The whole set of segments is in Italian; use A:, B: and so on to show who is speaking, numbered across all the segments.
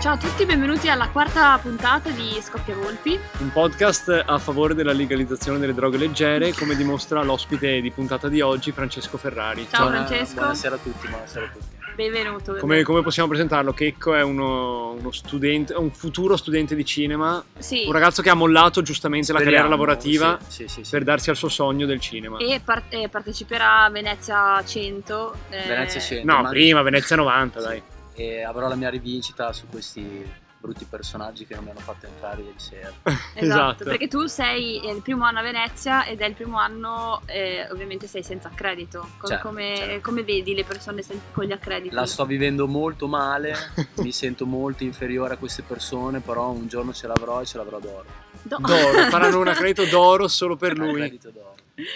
A: Ciao a tutti, benvenuti alla quarta puntata di Scoppia Volpi.
B: un podcast a favore della legalizzazione delle droghe leggere, come dimostra l'ospite di puntata di oggi, Francesco Ferrari.
A: Ciao, Francesco.
C: Buonasera a tutti, buonasera a tutti.
A: Benvenuto.
B: Come, come possiamo presentarlo? Checco è uno, uno studente, un futuro studente di cinema,
A: Sì,
B: un ragazzo che ha mollato giustamente la carriera
C: Speriamo,
B: lavorativa
C: Sì, sì, sì. sì.
B: per darsi al suo sogno del cinema.
A: e par- eh, parteciperà a Venezia 100. eh,
C: Venezia 100.
B: No,
C: ma-
B: prima, Venezia 90,
C: Sì.
B: dai.
C: E avrò la mia rivincita su questi brutti personaggi che non mi hanno fatto entrare ieri sera.
A: Esatto, perché tu sei eh, il primo anno a Venezia ed è il primo anno, eh, ovviamente sei senza accredito. Com-
C: Certo,
A: come,
C: certo.
A: come vedi le persone sen- con gli accrediti?
C: La sto vivendo molto male, mi sento molto inferiore a queste persone, però un giorno ce l'avrò e ce l'avrò d'oro.
A: Do-
B: D'oro, faranno un accredito d'oro solo per
C: Un
B: lui.
C: credito d'oro.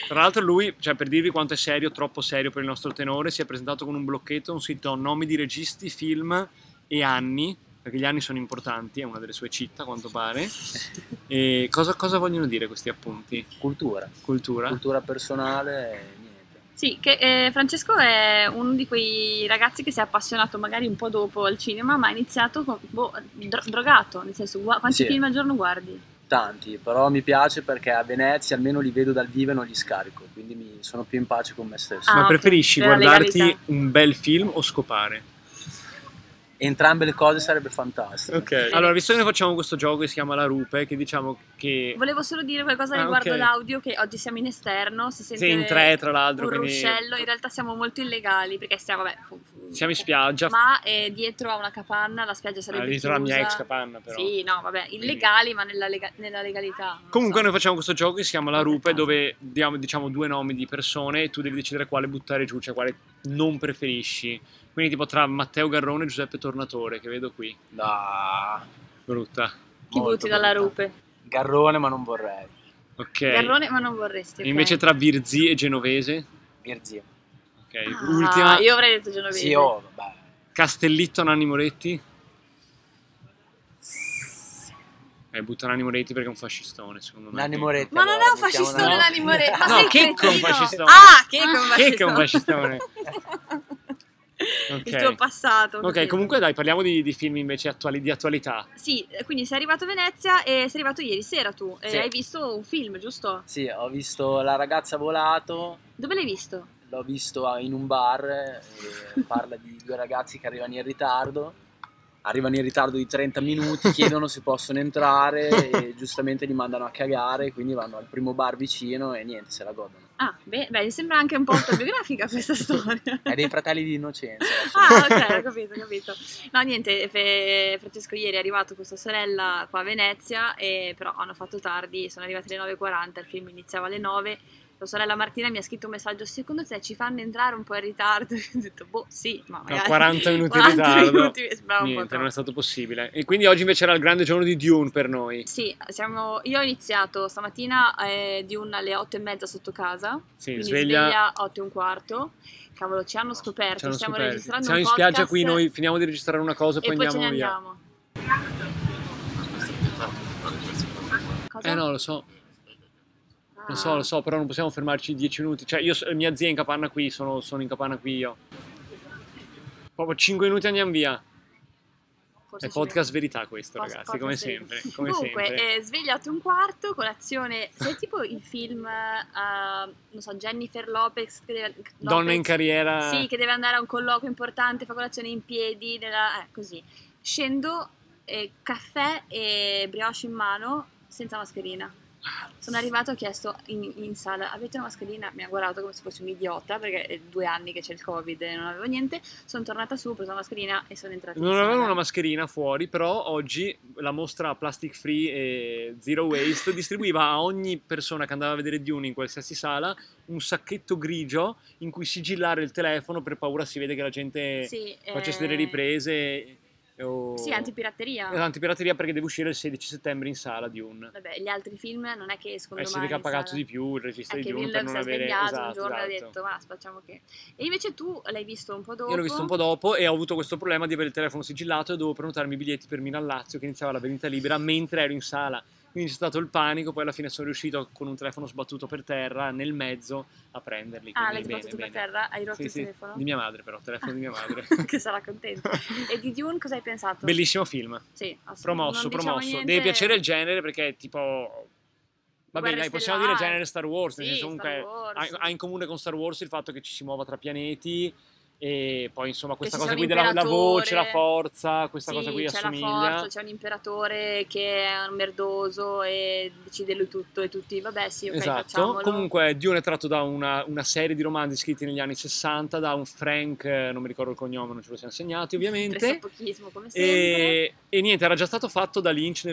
B: Tra l'altro lui, cioè per dirvi quanto è serio, troppo serio per il nostro tenore, si è presentato con un blocchetto, un sito nomi di registi, film e anni, perché gli anni sono importanti, è una delle sue città a quanto pare. E cosa, cosa vogliono dire questi appunti?
C: Cultura,
B: Eh? Cultura?
C: cultura personale e niente.
A: Sì, che, eh, Francesco è uno di quei ragazzi che si è appassionato magari un po' dopo al cinema, ma ha iniziato con- boh, dro- drogato, nel senso, gua- quanti
C: Sì.
A: film al giorno guardi?
C: Tanti, però mi piace perché a Venezia almeno li vedo dal vivo e non li scarico, quindi mi- sono più in pace con me stesso.
A: Ah,
B: Ma
A: ok,
B: preferisci
A: per la
B: guardarti
A: legalità.
B: un bel film o scopare?
C: Entrambe le cose sarebbe fantastico.
B: Allora, visto che noi facciamo questo gioco che si chiama La Rupe, che diciamo che...
A: Volevo solo dire qualcosa
B: Ah,
A: riguardo
B: ok.
A: l'audio, che oggi siamo in esterno, si sente
B: Sei in tre, tra l'altro,
A: un
B: quindi
A: ruscello, in realtà siamo molto illegali perché stiamo, vabbè, fu- fu-
B: siamo in spiaggia, Ah,
A: ma eh, dietro a una capanna, la spiaggia sarebbe
B: dietro la mia
A: chiusa.
B: ex capanna però.
A: Sì, no, vabbè, illegali ma nella, lega- nella legalità. non lo
B: Comunque
A: so.
B: noi facciamo questo gioco che si chiama La Rupe dove diamo diciamo due nomi di persone e tu devi decidere quale buttare giù, cioè quale non preferisci. Quindi tipo tra Matteo Garrone e Giuseppe Tornatore che vedo qui,
C: No,
B: brutta.
A: Chi
C: molto
A: butti dalla
C: brutta.
A: rupe?
C: Garrone, ma non vorrei.
B: Ok.
A: Garrone, ma non vorresti.
B: E
A: ok?
B: Invece tra Virzi e Genovese.
C: Virzio.
B: Ok.
A: Ah,
B: Ultima
A: Io avrei detto Genovese.
C: Sì, oh, vabbè.
B: Castellitto Nanni Moretti. Eh, butta Nanni Moretti perché è un fascistone, secondo me.
C: Nanni Moretti.
A: Ma non
C: allora,
A: è un
C: mettiamo
A: fascistone
B: una-
A: Nanni Moretti. Ma
B: No,
A: sei
B: che è un
A: cretino?
B: fascistone.
A: Ah, che è un
B: Che è
A: fascistone.
B: che è un fascistone?
A: Il
B: Ok.
A: tuo passato.
B: Ok,
A: capito?
B: comunque dai, parliamo di, di film invece attuali- di attualità.
A: Sì, eh, quindi sei arrivato a Venezia e sei arrivato ieri sera tu. E
C: Sì.
A: hai visto un film, giusto?
C: Sì, ho visto La ragazza volato,
A: Dove l'hai visto?
C: l'ho visto a- in un bar, eh, parla di due ragazzi che arrivano in ritardo. Arrivano in ritardo di 30 minuti, chiedono se possono entrare e giustamente li mandano a cagare, quindi vanno al primo bar vicino e niente, se la godono.
A: Ah, beh, beh, mi sembra anche un po' autobiografica questa storia.
C: È dei fratelli di Innocenza. adesso.
A: Ah, ok, ho capito, ho capito. No, niente, Fe- Francesco ieri è arrivato con sua sorella qua a Venezia, e però hanno fatto tardi, sono arrivate le 9.40, il film iniziava alle 9. Sua sorella Martina mi ha scritto un messaggio, secondo te ci fanno entrare un po' in ritardo? Io ho detto, boh, sì, ma
B: No,
A: magari...
B: 40 minuti in
A: 40
B: ritardo.
A: minuti mi sembrava un po'
B: Niente, non
A: troppo.
B: è stato possibile. E quindi oggi invece era il grande giorno di Dune per noi.
A: Sì, siamo- io ho iniziato stamattina eh, di una alle 8 e mezza sotto casa,
B: Sì,
A: quindi
B: sveglia.
A: sveglia 8 e un quarto. Cavolo, ci hanno scoperto,
B: ci hanno
A: stiamo
B: scoperti.
A: registrando
B: Siamo
A: un
B: in spiaggia
A: podcast
B: qui, noi finiamo di registrare una cosa
A: e
B: e poi,
A: poi, ce ne
B: andiamo via.
A: andiamo. Cosa?
B: Eh no, lo so,
A: Ah.
B: lo so, lo so, però non possiamo fermarci 10 minuti. Cioè, io, so- mia zia è in capanna qui, sono, sono in capanna qui io. Proprio 5 minuti andiamo via.
A: Forse
B: È
A: ci
B: podcast
A: vediamo.
B: verità questo,
A: Post-
B: ragazzi, come
A: podcast
B: sempre.
A: verità.
B: Come
A: Comunque,
B: sempre.
A: eh, svegliato un quarto, colazione. Sei tipo il film, eh, non so, Jennifer Lopez. Che deve,
B: Donna
A: Lopez-
B: in carriera.
A: Sì, che deve andare a un colloquio importante, fa colazione in piedi, nella- eh, così. Scendo, eh, caffè e brioche in mano, senza mascherina. Sono arrivato e ho chiesto in, in sala, avete una mascherina? Mi ha guardato come se fossi un idiota, perché è due anni che c'è il covid e non avevo niente. Sono tornata su, ho preso la mascherina e sono entrata in
B: Non
A: sala.
B: avevano una mascherina fuori, però oggi la mostra Plastic Free e Zero Waste distribuiva a ogni persona che andava a vedere Dune in qualsiasi sala un sacchetto grigio in cui sigillare il telefono per paura si vede che la gente
A: Sì,
B: facesse
A: eh,
B: delle riprese. O...
A: Sì, antipirateria.
B: Eh, Antipirateria perché deve uscire il 16 settembre in sala Dune.
A: Vabbè, gli altri film non è che escono
B: Eh, si
A: domani
B: vede che ha
A: in
B: pagato
A: sala.
B: di più il regista
A: è
B: di
A: che
B: Dune per
A: Villeneuve
B: non
A: si è
B: avere...
A: svegliato un
B: esatto,
A: giorno e ha
B: esatto.
A: detto ma facciamo che e invece tu l'hai visto un po' dopo
B: Io l'ho visto un po' dopo e ho avuto questo problema di avere il telefono sigillato e dovevo prenotarmi i biglietti per Milan Lazio che iniziava la vendita libera mentre ero in sala. Quindi Quindi c'è stato il panico, poi alla fine sono riuscito con un telefono sbattuto per terra nel mezzo a prenderli.
A: Ah,
B: quindi
A: l'hai
B: bene,
A: sbattuto per
B: bene.
A: terra, hai rotto
B: Sì,
A: il
B: sì,
A: telefono. Ah,
B: di mia madre però, telefono di mia madre.
A: che sarà contenta. E di Dune cosa hai pensato?
B: Bellissimo film,
A: Sì, assolutamente.
B: promosso,
A: Non diciamo
B: promosso.
A: niente-
B: Deve piacere il genere perché è tipo... Vabbè,
A: Guerre
B: dai, possiamo dire
A: stellari.
B: genere Star Wars, nel
A: Sì,
B: senso comunque
A: Star Wars.
B: ha, ha in comune con Star Wars il fatto che ci si muova tra pianeti e poi insomma questa
A: ci
B: cosa
A: sia
B: qui
A: un
B: della la
A: imperatore.
B: voce, la forza, questa
A: Sì,
B: cosa qui
A: c'è la
B: assomiglia.
A: forza, c'è un imperatore che è un merdoso e decide lui tutto e tutti, vabbè sì, ok,
B: esatto.
A: facciamolo.
B: Comunque Dune è tratto da una, una serie di romanzi scritti negli anni 60 da un Frank, eh, non mi ricordo il cognome, non ce lo siamo segnati ovviamente.
A: Pressapochismo, come sempre.
B: E, e niente, era già stato fatto da Lynch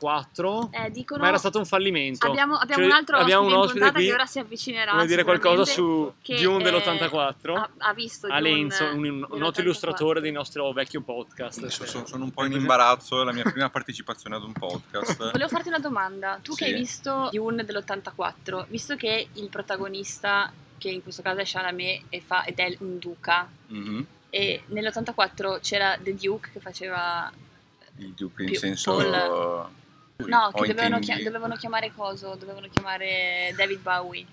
B: nell'84,
A: Eh, dicono...
B: ma era stato un fallimento.
A: Abbiamo, abbiamo un
B: Cioè,
A: altro
B: abbiamo
A: ospite,
B: un
A: in
B: ospite
A: puntata
B: qui,
A: che ora si avvicinerà.
B: Vuole dire qualcosa
A: sicuramente.
B: su
A: che,
B: Dune
A: eh,
B: dell'84?
A: Ha, ha visto Dune,
B: Alenzo, un, un
A: dell'84.
B: noto illustratore del nostro oh, vecchio podcast.
D: Adesso
B: Eh,
D: sono, sono un po' in imbarazzo, è la mia prima partecipazione ad un podcast.
A: Volevo farti una domanda. Tu che
D: Sì.
A: hai visto Dune dell'84, visto che il protagonista, che in questo caso è Chalamet, e fa- ed è un duca,
D: Mhm.
A: e nell'84 c'era The Duke che faceva...
D: Il Duke in
A: Più-
D: senso...
A: Paul- No,
D: o
A: che dovevano,
D: intendi-
A: chia- dovevano chiamare coso, dovevano chiamare David Bowie.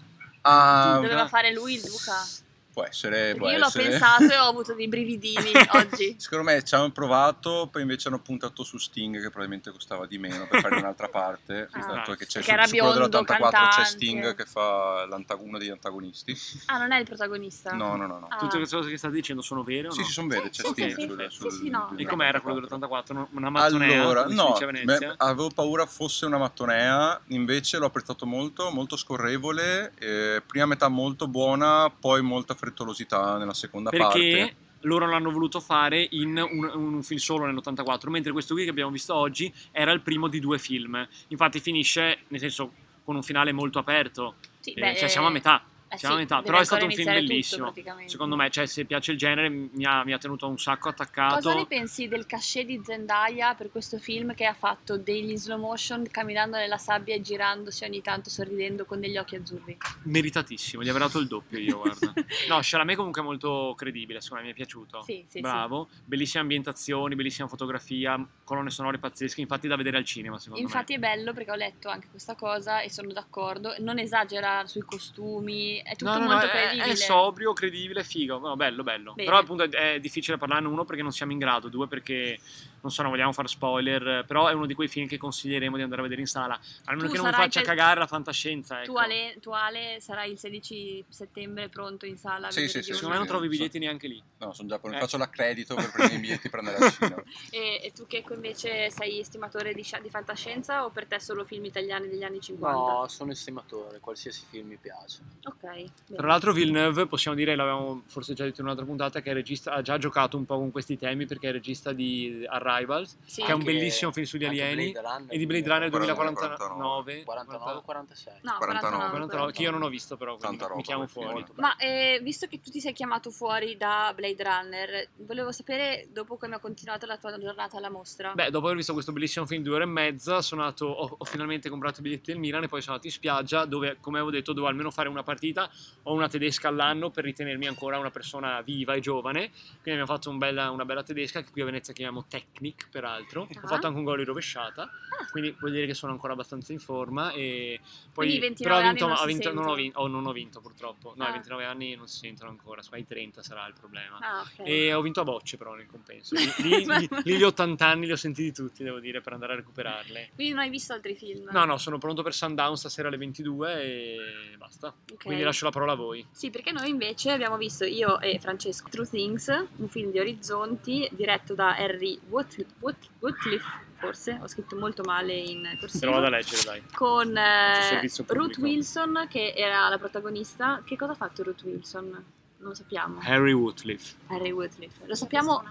D: Ah,
A: Doveva
D: una-
A: fare lui il duca.
D: Può
B: Eh,
D: essere,
A: Perché
D: può
A: io l'ho
D: essere.
A: pensato e ho avuto dei brividini oggi.
D: Secondo me ci hanno provato, poi invece hanno puntato su Sting che probabilmente costava di meno per fare un'altra parte,
A: Ah.
D: dato che c'è
A: Perché
D: su,
A: era
D: su quello
A: biondo,
D: dell'84 c'è
A: cantante.
D: Sting che fa l'antago- uno degli antagonisti.
A: Ah, non è il protagonista?
D: No, no, no. no.
A: Ah.
B: Tutte queste cose che state dicendo sono vere o
D: Sì,
B: no?
D: sì, sono vere,
A: Sì,
D: c'è
A: sì,
D: Sting
B: sì,
D: sul,
A: sì,
D: sul-
A: sì, no.
B: E com'era quello dell'84? Una mattonea?
D: Allora,
B: come si
D: no,
B: dice a Venezia?
D: beh, avevo paura fosse una mattonea, invece l'ho apprezzato molto, molto scorrevole, eh, prima metà molto buona, poi molta frettolosità nella seconda
B: perché
D: parte.
B: loro l'hanno voluto fare in un, un film solo nell'84, mentre questo qui che abbiamo visto oggi era il primo di due film. Infatti finisce, nel senso, con un finale molto aperto,
A: Sì,
B: Eh,
A: beh,
B: cioè siamo a metà.
A: eh
B: siamo a
A: sì,
B: metà,
A: deve
B: però è
A: ancora
B: stato un film
A: iniziare tutto,
B: bellissimo.
A: praticamente.
B: Secondo me, cioè, se piace il genere, mi ha, mi ha tenuto un sacco
A: Cosa ne
B: attaccato.
A: pensi del cachet di Zendaya per questo film che ha fatto degli slow motion camminando nella sabbia e girandosi ogni tanto sorridendo con degli occhi azzurri?
B: Meritatissimo, gli avrei dato il doppio io, guarda. No, Chalamet comunque è molto credibile, secondo me mi è piaciuto.
A: sì, sì, sì.
B: Bravo, bellissime ambientazioni, bellissima fotografia, colonne sonore pazzesche, infatti da vedere al cinema, secondo
A: Infatti è bello perché ho letto anche questa cosa e sono d'accordo. Non esagera sui costumi, è
B: me.
A: tutto molto
B: è-
A: credibile.
B: È, sobrio, credibile, figo, No, bello, bello.
A: Bene.
B: Però appunto è, è difficile parlarne uno perché non siamo in grado, due perché non so, non vogliamo fare spoiler, eh, però è uno di quei film che consiglieremo di andare a vedere in sala, almeno
A: Tu
B: che non
A: sarai
B: faccia
A: pe-
B: cagare la fantascienza.
A: Tu
B: ecco.
A: Ale, tu Ale sarai il 16 settembre pronto in sala. a
D: Sì,
A: vedere
D: sì, sì,
B: Secondo me non
D: Sì,
B: trovi i
D: non so.
B: biglietti neanche lì.
D: No, sono già
B: Eh.
D: faccio l'accredito per prendere i biglietti e prendere la Cina.
A: E, e tu che invece sei estimatore di, sci- di fantascienza o per te solo film italiani degli anni 50?
C: No, sono estimatore, qualsiasi film mi piace.
A: Ok. bene.
B: Tra l'altro Villeneuve, possiamo dire, l'avevamo forse già detto in un'altra puntata, che è regista, ha già giocato un po' con questi temi perché è regista di Arrivals,
A: Sì.
B: che è un
C: Anche-
B: bellissimo film sugli
C: anche
B: alieni,
C: Blade Runner,
B: e di Blade Runner
D: 2049.
B: 2049.
C: 49 46.
A: No,
D: 49.
B: 49, che io non ho visto però, quindi
D: Tanta
B: mi
D: roba,
B: chiamo
D: quel film,
B: fuori.
D: molto bello.
A: Ma eh, visto che tu ti sei chiamato fuori da Blade Runner, volevo sapere dopo come ha continuato la tua giornata alla mostra.
B: Beh, dopo aver visto questo bellissimo film di due ore e mezza, sono andato, ho, ho finalmente comprato i biglietti del Milan e poi sono andato in spiaggia dove, come avevo detto, dovevo almeno fare una partita o una tedesca all'anno per ritenermi ancora una persona viva e giovane. Quindi abbiamo fatto un bella- una bella tedesca che qui a Venezia chiamiamo Technic, peraltro.
A: Ah.
B: Ho fatto anche un gol in rovesciata, quindi vuol dire che sono ancora abbastanza in forma. E poi,
A: Quindi 29
B: però ho vinto,
A: anni non
B: ho
A: si
B: vinto- non, ho
A: sentono.
B: vinto, oh, non ho vinto purtroppo. No,
A: Ah.
B: ai 29 anni non si sentono ancora, ai 30 sarà il problema.
A: Ah, ok.
B: E ho vinto a bocce però nel compenso. Lì, lì- lì- lì gli 80 anni li ho sentiti tutti, devo dire, per andare a recuperarle.
A: Quindi non hai visto altri film?
B: No, no, sono pronto per Sundown stasera alle 22 e basta.
A: Ok.
B: Quindi lascio la parola a voi.
A: Sì, perché noi invece abbiamo visto io e Francesco True Things, un film di Orizzonti diretto da Harry Wat- Wat- Watcliffe, forse, ho scritto molto male in
B: Se lo vado
A: corsivo,
B: a leggere, dai.
A: con
B: C'è
A: eh,
B: servizio
A: Ruth
B: pubblico.
A: Wilson che era la protagonista. Che cosa ha fatto Ruth Wilson? Non lo sappiamo.
B: Harry Woodcliffe.
A: Harry Whitcliffe. Lo sappiamo.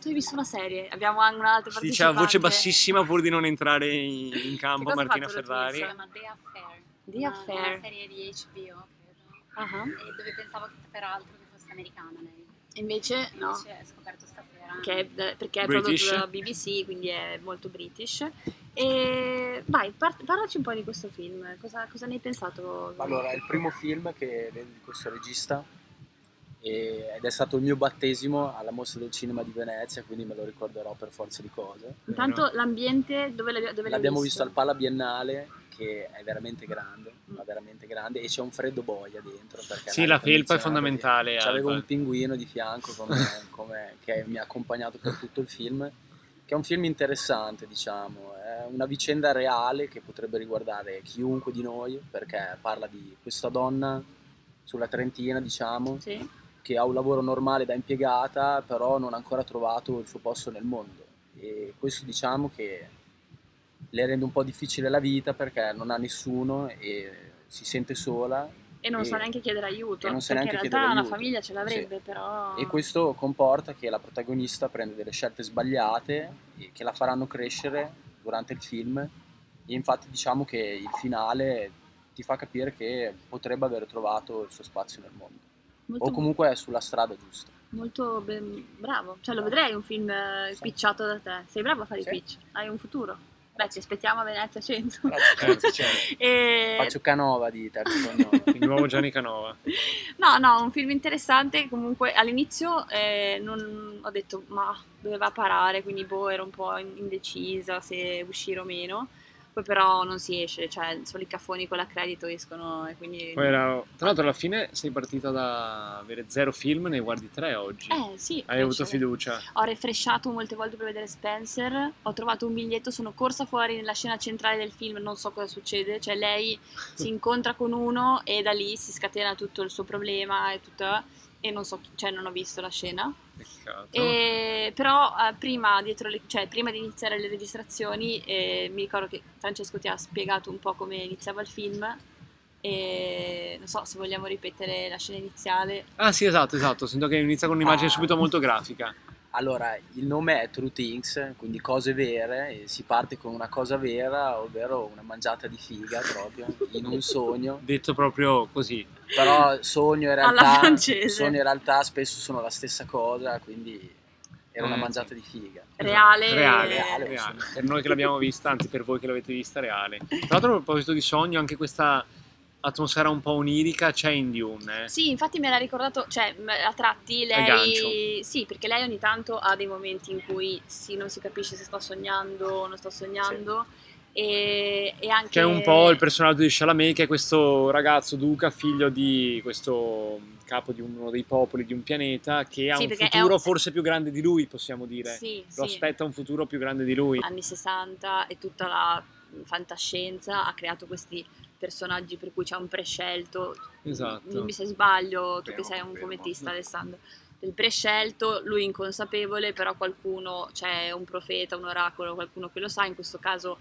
A: Tu hai visto una serie? Abbiamo anche un'altra
B: Si dice a voce
A: partecipante.
B: bassissima pur di non entrare in, in
A: Che
B: campo
A: cosa
B: Martina
A: ha fatto
B: Ferrari.
A: Ruth
E: chiama The Affair.
A: The
E: una,
A: Affair.
E: Una serie di HBO, credo.
A: Ah, ah.
E: E dove pensavo che peraltro che fosse americana lei.
A: Invece no,
E: Invece ho scoperto stasera.
A: che è- perché è
B: British.
A: prodotto dalla BBC, quindi è molto british. E vai, par- parlaci un po' di questo film. Cosa, cosa ne hai pensato?
C: Allora, è il primo film che vedi di questo regista e- ed è stato il mio battesimo alla mostra del cinema di Venezia, quindi me lo ricorderò per forza di cose.
A: Intanto l'ambiente dove, l'abbi- dove l'hai
C: L'abbiamo visto al Pala Biennale che è veramente grande, ma veramente grande, e c'è un freddo boia dentro. perché
B: Sì,
C: l'aria
B: la felpa è
C: condizionata-
B: fondamentale.
C: C'avevo
B: Alba.
C: un pinguino di fianco come- come- che mi ha accompagnato per tutto il film, che è un film interessante, diciamo, è una vicenda reale che potrebbe riguardare chiunque di noi, perché parla di questa donna sulla Trentina, diciamo,
A: Sì.
C: che ha un lavoro normale da impiegata, però non ha ancora trovato il suo posto nel mondo. E questo diciamo che le rende un po' difficile la vita perché non ha nessuno e si sente sola
A: E non
C: E-
A: sa neanche chiedere aiuto.
C: e non sa
A: perché in realtà
C: neanche chiedere
A: una
C: aiuto.
A: famiglia ce l'avrebbe, però.
C: e questo comporta che la protagonista prende delle scelte sbagliate e che la faranno crescere durante il film e infatti diciamo che il finale ti fa capire che potrebbe aver trovato il suo spazio nel mondo
A: molto,
C: o comunque è sulla strada giusta.
A: molto ben- bravo. Cioè, lo vedrei un film eh,
C: Sì.
A: pitchato da te. Sei bravo a fare
C: Sì.
A: i pitch, hai un futuro. Beh, ci aspettiamo a Venezia 100.
B: Grazie,
A: E-
C: Eh. Faccio Canova di terzo cognome.
B: Il nuovo Gianni Canova.
A: No, no, un film interessante. Comunque all'inizio eh, non ho detto ma doveva parare, quindi boh, ero un po' in- indecisa se uscire o meno. Poi però non si esce, cioè solo i caffoni con la credito escono e quindi...
B: Poi era- Tra l'altro, alla fine sei partita da avere zero film, ne guardi tre oggi.
A: Eh sì,
B: Hai avuto
A: piacere.
B: fiducia.
A: Ho refresciato molte volte per vedere Spencer, ho trovato un biglietto, sono corsa fuori nella scena centrale del film, non so cosa succede, cioè lei si incontra con uno e da lì si scatena tutto il suo problema e tutto, e non so, chi- cioè non ho visto la scena.
B: Peccato.
A: E- però eh, prima, dietro le- cioè, prima di iniziare le registrazioni eh, mi ricordo che Francesco ti ha spiegato un po' come iniziava il film e non so se vogliamo ripetere la scena iniziale.
B: Ah, sì, esatto, esatto. Sento che inizia con un'immagine
C: Ah.
B: subito molto grafica.
C: Allora, il nome è True Things, quindi cose vere, e si parte con una cosa vera, ovvero una mangiata di figa proprio, in un sogno.
B: Detto proprio così.
C: Però sogno e
A: Alla
C: realtà,
A: francese.
C: sogno e realtà spesso sono la stessa cosa, quindi era una
B: Mm.
C: mangiata di figa.
A: Reale.
B: Reale,
C: Reale,
B: reale.
C: sì.
B: Per noi che l'abbiamo vista, anzi per voi che l'avete vista, reale. Tra l'altro, a proposito di sogno, anche questa atmosfera un po' onirica c'è in Dune. eh.
A: Sì, infatti me l'ha ricordato, cioè m- a tratti lei...
B: gancio.
A: Sì, perché lei ogni tanto ha dei momenti in cui sì, non si capisce se sta sognando o non sta sognando e, e anche...
B: Che è un po' il personaggio di Chalamet, che è questo ragazzo duca, figlio di questo capo di uno dei popoli di un pianeta, che ha
A: Sì,
B: un
A: perché è
B: futuro
A: un-
B: forse più grande di lui, possiamo dire.
A: Sì,
B: Lo
A: sì. Ah,
B: aspetta un futuro più grande di lui.
A: anni 60 e tutta la fantascienza ha creato questi personaggi per cui c'è un prescelto.
B: Esatto.
A: Dimmi se sbaglio, tu
D: Confermo,
A: che sei un
D: confermo.
A: fumettista Alessandro. Il prescelto, lui inconsapevole, però qualcuno, c'è un profeta, un oracolo, qualcuno che lo sa, in questo caso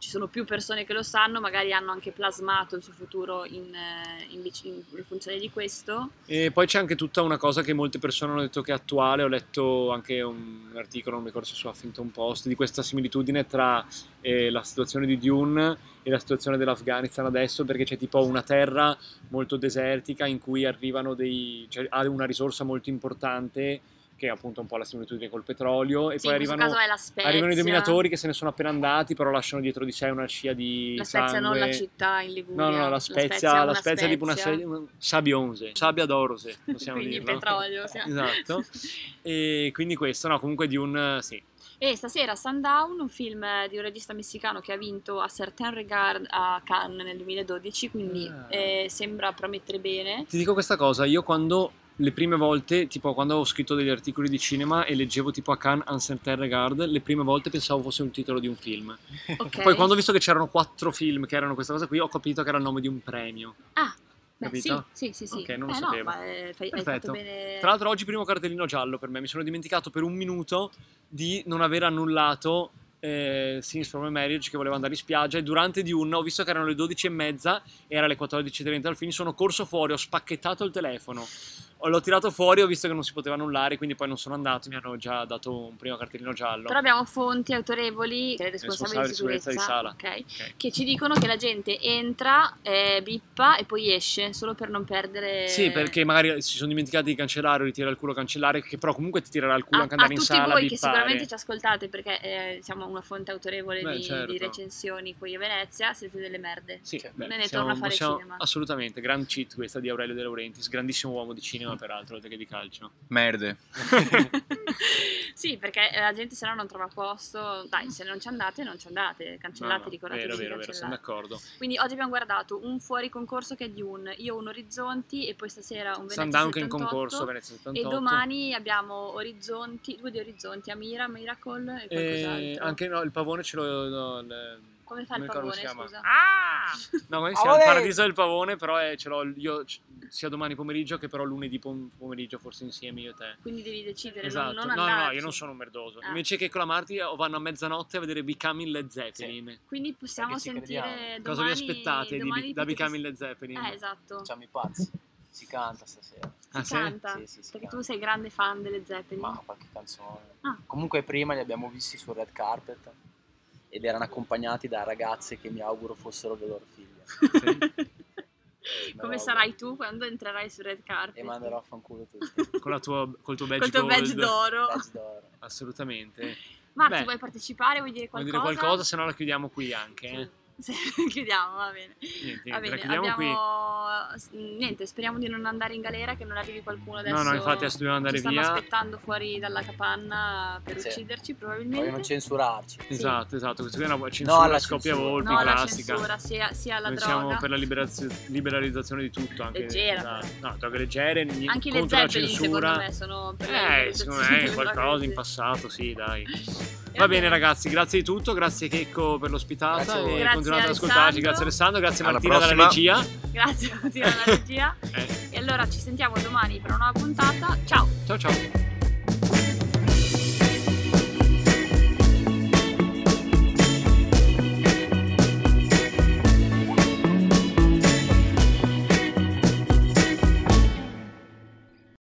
A: ci sono più persone che lo sanno, magari hanno anche plasmato il suo futuro in, eh, in vic- in- in funzione di questo.
B: E poi c'è anche tutta una cosa che molte persone hanno detto che è attuale, ho letto anche un articolo, non mi ricordo se su Huffington Post, di questa similitudine tra eh, la situazione di Dune e la situazione dell'Afghanistan adesso, perché c'è tipo una terra molto desertica in cui arrivano dei... cioè ha una risorsa molto importante, che è appunto un po' la similitudine col petrolio, e
A: Sì,
B: poi
A: in questo
B: arrivano...
A: caso è la spezia.
B: Arrivano i dominatori che se ne sono appena andati, però lasciano dietro di sé una scia di
A: La Spezia non
B: sangue.
A: la città in Liguria.
B: No, no, no, la Spezia,
A: è
B: la
A: una
B: Spezia è tipo una
A: Spezia.
B: serie, una sabbionse, sabbia d'orose, possiamo
A: quindi
B: dirlo.
A: petrolio. sì.
B: Esatto. E quindi questo, no, comunque di un... sì,
A: E stasera Sundown, un film di un regista messicano che ha vinto a Certain Regard a Cannes nel 2012, quindi
B: Ah.
A: eh, sembra promettere bene.
B: ti dico questa cosa, io quando le prime volte, tipo quando ho scritto degli articoli di cinema e leggevo tipo a Cannes Uncertain Regard, le prime volte pensavo fosse un titolo di un film.
A: Ok.
B: Poi quando ho visto che c'erano quattro film che erano questa cosa qui, ho capito che era il nome di un premio.
A: Ah, Beh,
B: capito?
A: Sì, sì, sì, sì.
B: Ok, non lo
A: Eh, no,
B: sapevo.
A: ma, eh, fai- hai
B: Perfetto.
A: fatto bene.
B: Tra l'altro oggi primo cartellino giallo per me, mi sono dimenticato per un minuto di non aver annullato eh, Scenes from a Marriage che volevo andare in spiaggia e durante di un ho visto che erano le 12 e mezza, era le 14.30 al film, sono corso fuori, ho spacchettato il telefono, Ho- l'ho tirato fuori, ho visto che non si poteva annullare, quindi poi non sono andato, mi hanno già dato un primo cartellino giallo.
A: Però abbiamo fonti autorevoli, che è responsabile
B: Responsabile
A: di
B: di
A: sicurezza,
B: sicurezza di sala.
A: ok,
B: Ok.
A: che ci dicono che la gente entra, eh, bippa e poi esce, solo per non perdere...
B: Sì, perché magari si sono dimenticati di cancellare o di tirare il culo cancellare, che però comunque ti tirerà il culo
A: a,
B: anche
A: a
B: andare
A: tutti
B: in sala.
A: voi che
B: bippare.
A: sicuramente ci ascoltate perché eh, siamo una fonte autorevole
B: Beh,
A: di,
B: certo.
A: di recensioni qui a Venezia, siete delle merde.
B: Sì,
C: Cioè,
B: beh,
A: me ne
B: siamo-
A: torno a fare
B: possiamo-
A: cinema.
B: Assolutamente, grand cheat questa di Aurelio De Laurentiis, grandissimo uomo di cinema cinema, peraltro, oltre che di calcio.
D: Merde.
A: sì, perché eh, la gente se no non trova posto. Dai, se non ci andate, non ci andate. Cancellate,
B: No, no,
A: ricordate
B: Vero,
A: di
B: vero, vero, sono
A: cancellare.
B: d'accordo.
A: Quindi oggi abbiamo guardato un fuori concorso che è Dune, io un Orizzonti e poi stasera un Venezia
B: Sandunk in
A: 78,
B: concorso, Venezia 78.
A: E domani abbiamo Orizzonti, due di Orizzonti, Amira, Miracle e
B: E
A: qualcos'altro.
B: anche no, il pavone ce lo... no, il-
A: Come fa il
B: non mi ricordo come
A: pavone,
B: si chiama. Ah!
A: scusa?
B: No, ma siamo al
C: Pavone!
B: paradiso del pavone, però eh, ce l'ho io c- sia domani pomeriggio che però lunedì pom- pomeriggio, forse insieme io e te.
A: Quindi devi decidere,
B: Esatto.
A: non, non
B: no, no,
A: andarci.
B: io non sono un merdoso.
A: Ah.
B: Invece che clamarti o vanno a mezzanotte a vedere Becoming Led Zeppelin.
A: Quindi possiamo
C: Perché ci
A: sentire
C: crediamo.
A: domani...
B: Cosa vi aspettate di-
A: domani
B: da
A: potete-
B: Becoming Led Zeppelin?
A: Eh, esatto,
C: Facciamo i pazzi. Si canta stasera.
B: Ah,
A: si
B: sì?
A: canta.
C: Sì, sì, si
A: perché
C: canta.
A: tu sei grande fan delle Zeppelin.
C: Ma qualche canzone.
A: Ah.
C: Comunque prima li abbiamo visti sul red carpet ed erano accompagnati da ragazze che mi auguro fossero le loro figlie.
A: Come sarai tu quando entrerai sul red carpet?
C: E manderò a fanculo tutti.
B: Con la tua, col tuo badge
A: Col tuo
B: gold.
A: badge d'oro.
C: Badge d'oro.
B: Assolutamente.
A: Marco,
B: Beh,
A: vuoi partecipare? Vuoi dire
B: Vuoi
A: qualcosa?
B: dire qualcosa, se no la chiudiamo qui anche. eh.
A: Sì, chiudiamo, va bene.
B: Niente,
A: Va
B: niente, la
A: bene,
B: chiudiamo
A: abbiamo... s- Niente, speriamo di non andare in galera, che non arrivi qualcuno
B: qui.
A: adesso.
B: No, no, infatti adesso dobbiamo andare
A: Ci stanno
B: via.
A: aspettando fuori dalla capanna per
C: Sì.
A: ucciderci,
C: Vogliono
A: probabilmente.
C: censurarci.
B: Esatto, esatto. Questa qui è una censura
C: alla
B: scoppia
C: censura.
B: volpi
A: no, la
B: classica.
A: censura, sia, sia la
B: Noi
A: droga.
B: siamo per la liberaz- liberalizzazione di tutto, anche
A: Leggera,
B: da-
A: però.
B: no, droghe leggere, ni-
A: Anche le
B: contro la
A: Zeppelin,
B: censura.
A: secondo me, sono per la
B: eh, secondo
A: liberalizzazione
B: me
A: delle
B: qualcosa
A: droghe.
B: in passato, sì, dai.
A: E
B: Va bene ragazzi, grazie di tutto, grazie Checco per l'ospitata
C: Grazie a
B: e
C: voi.
A: Grazie,
B: continuate ad
A: Alessandro.
B: ascoltarci, grazie Alessandro, grazie
D: Alla
B: Martina dalla
D: prossima.
B: regia.
A: Grazie, continua la regia.
B: Eh,
A: E allora ci sentiamo domani per una nuova puntata. Ciao!
B: Eh, ciao ciao.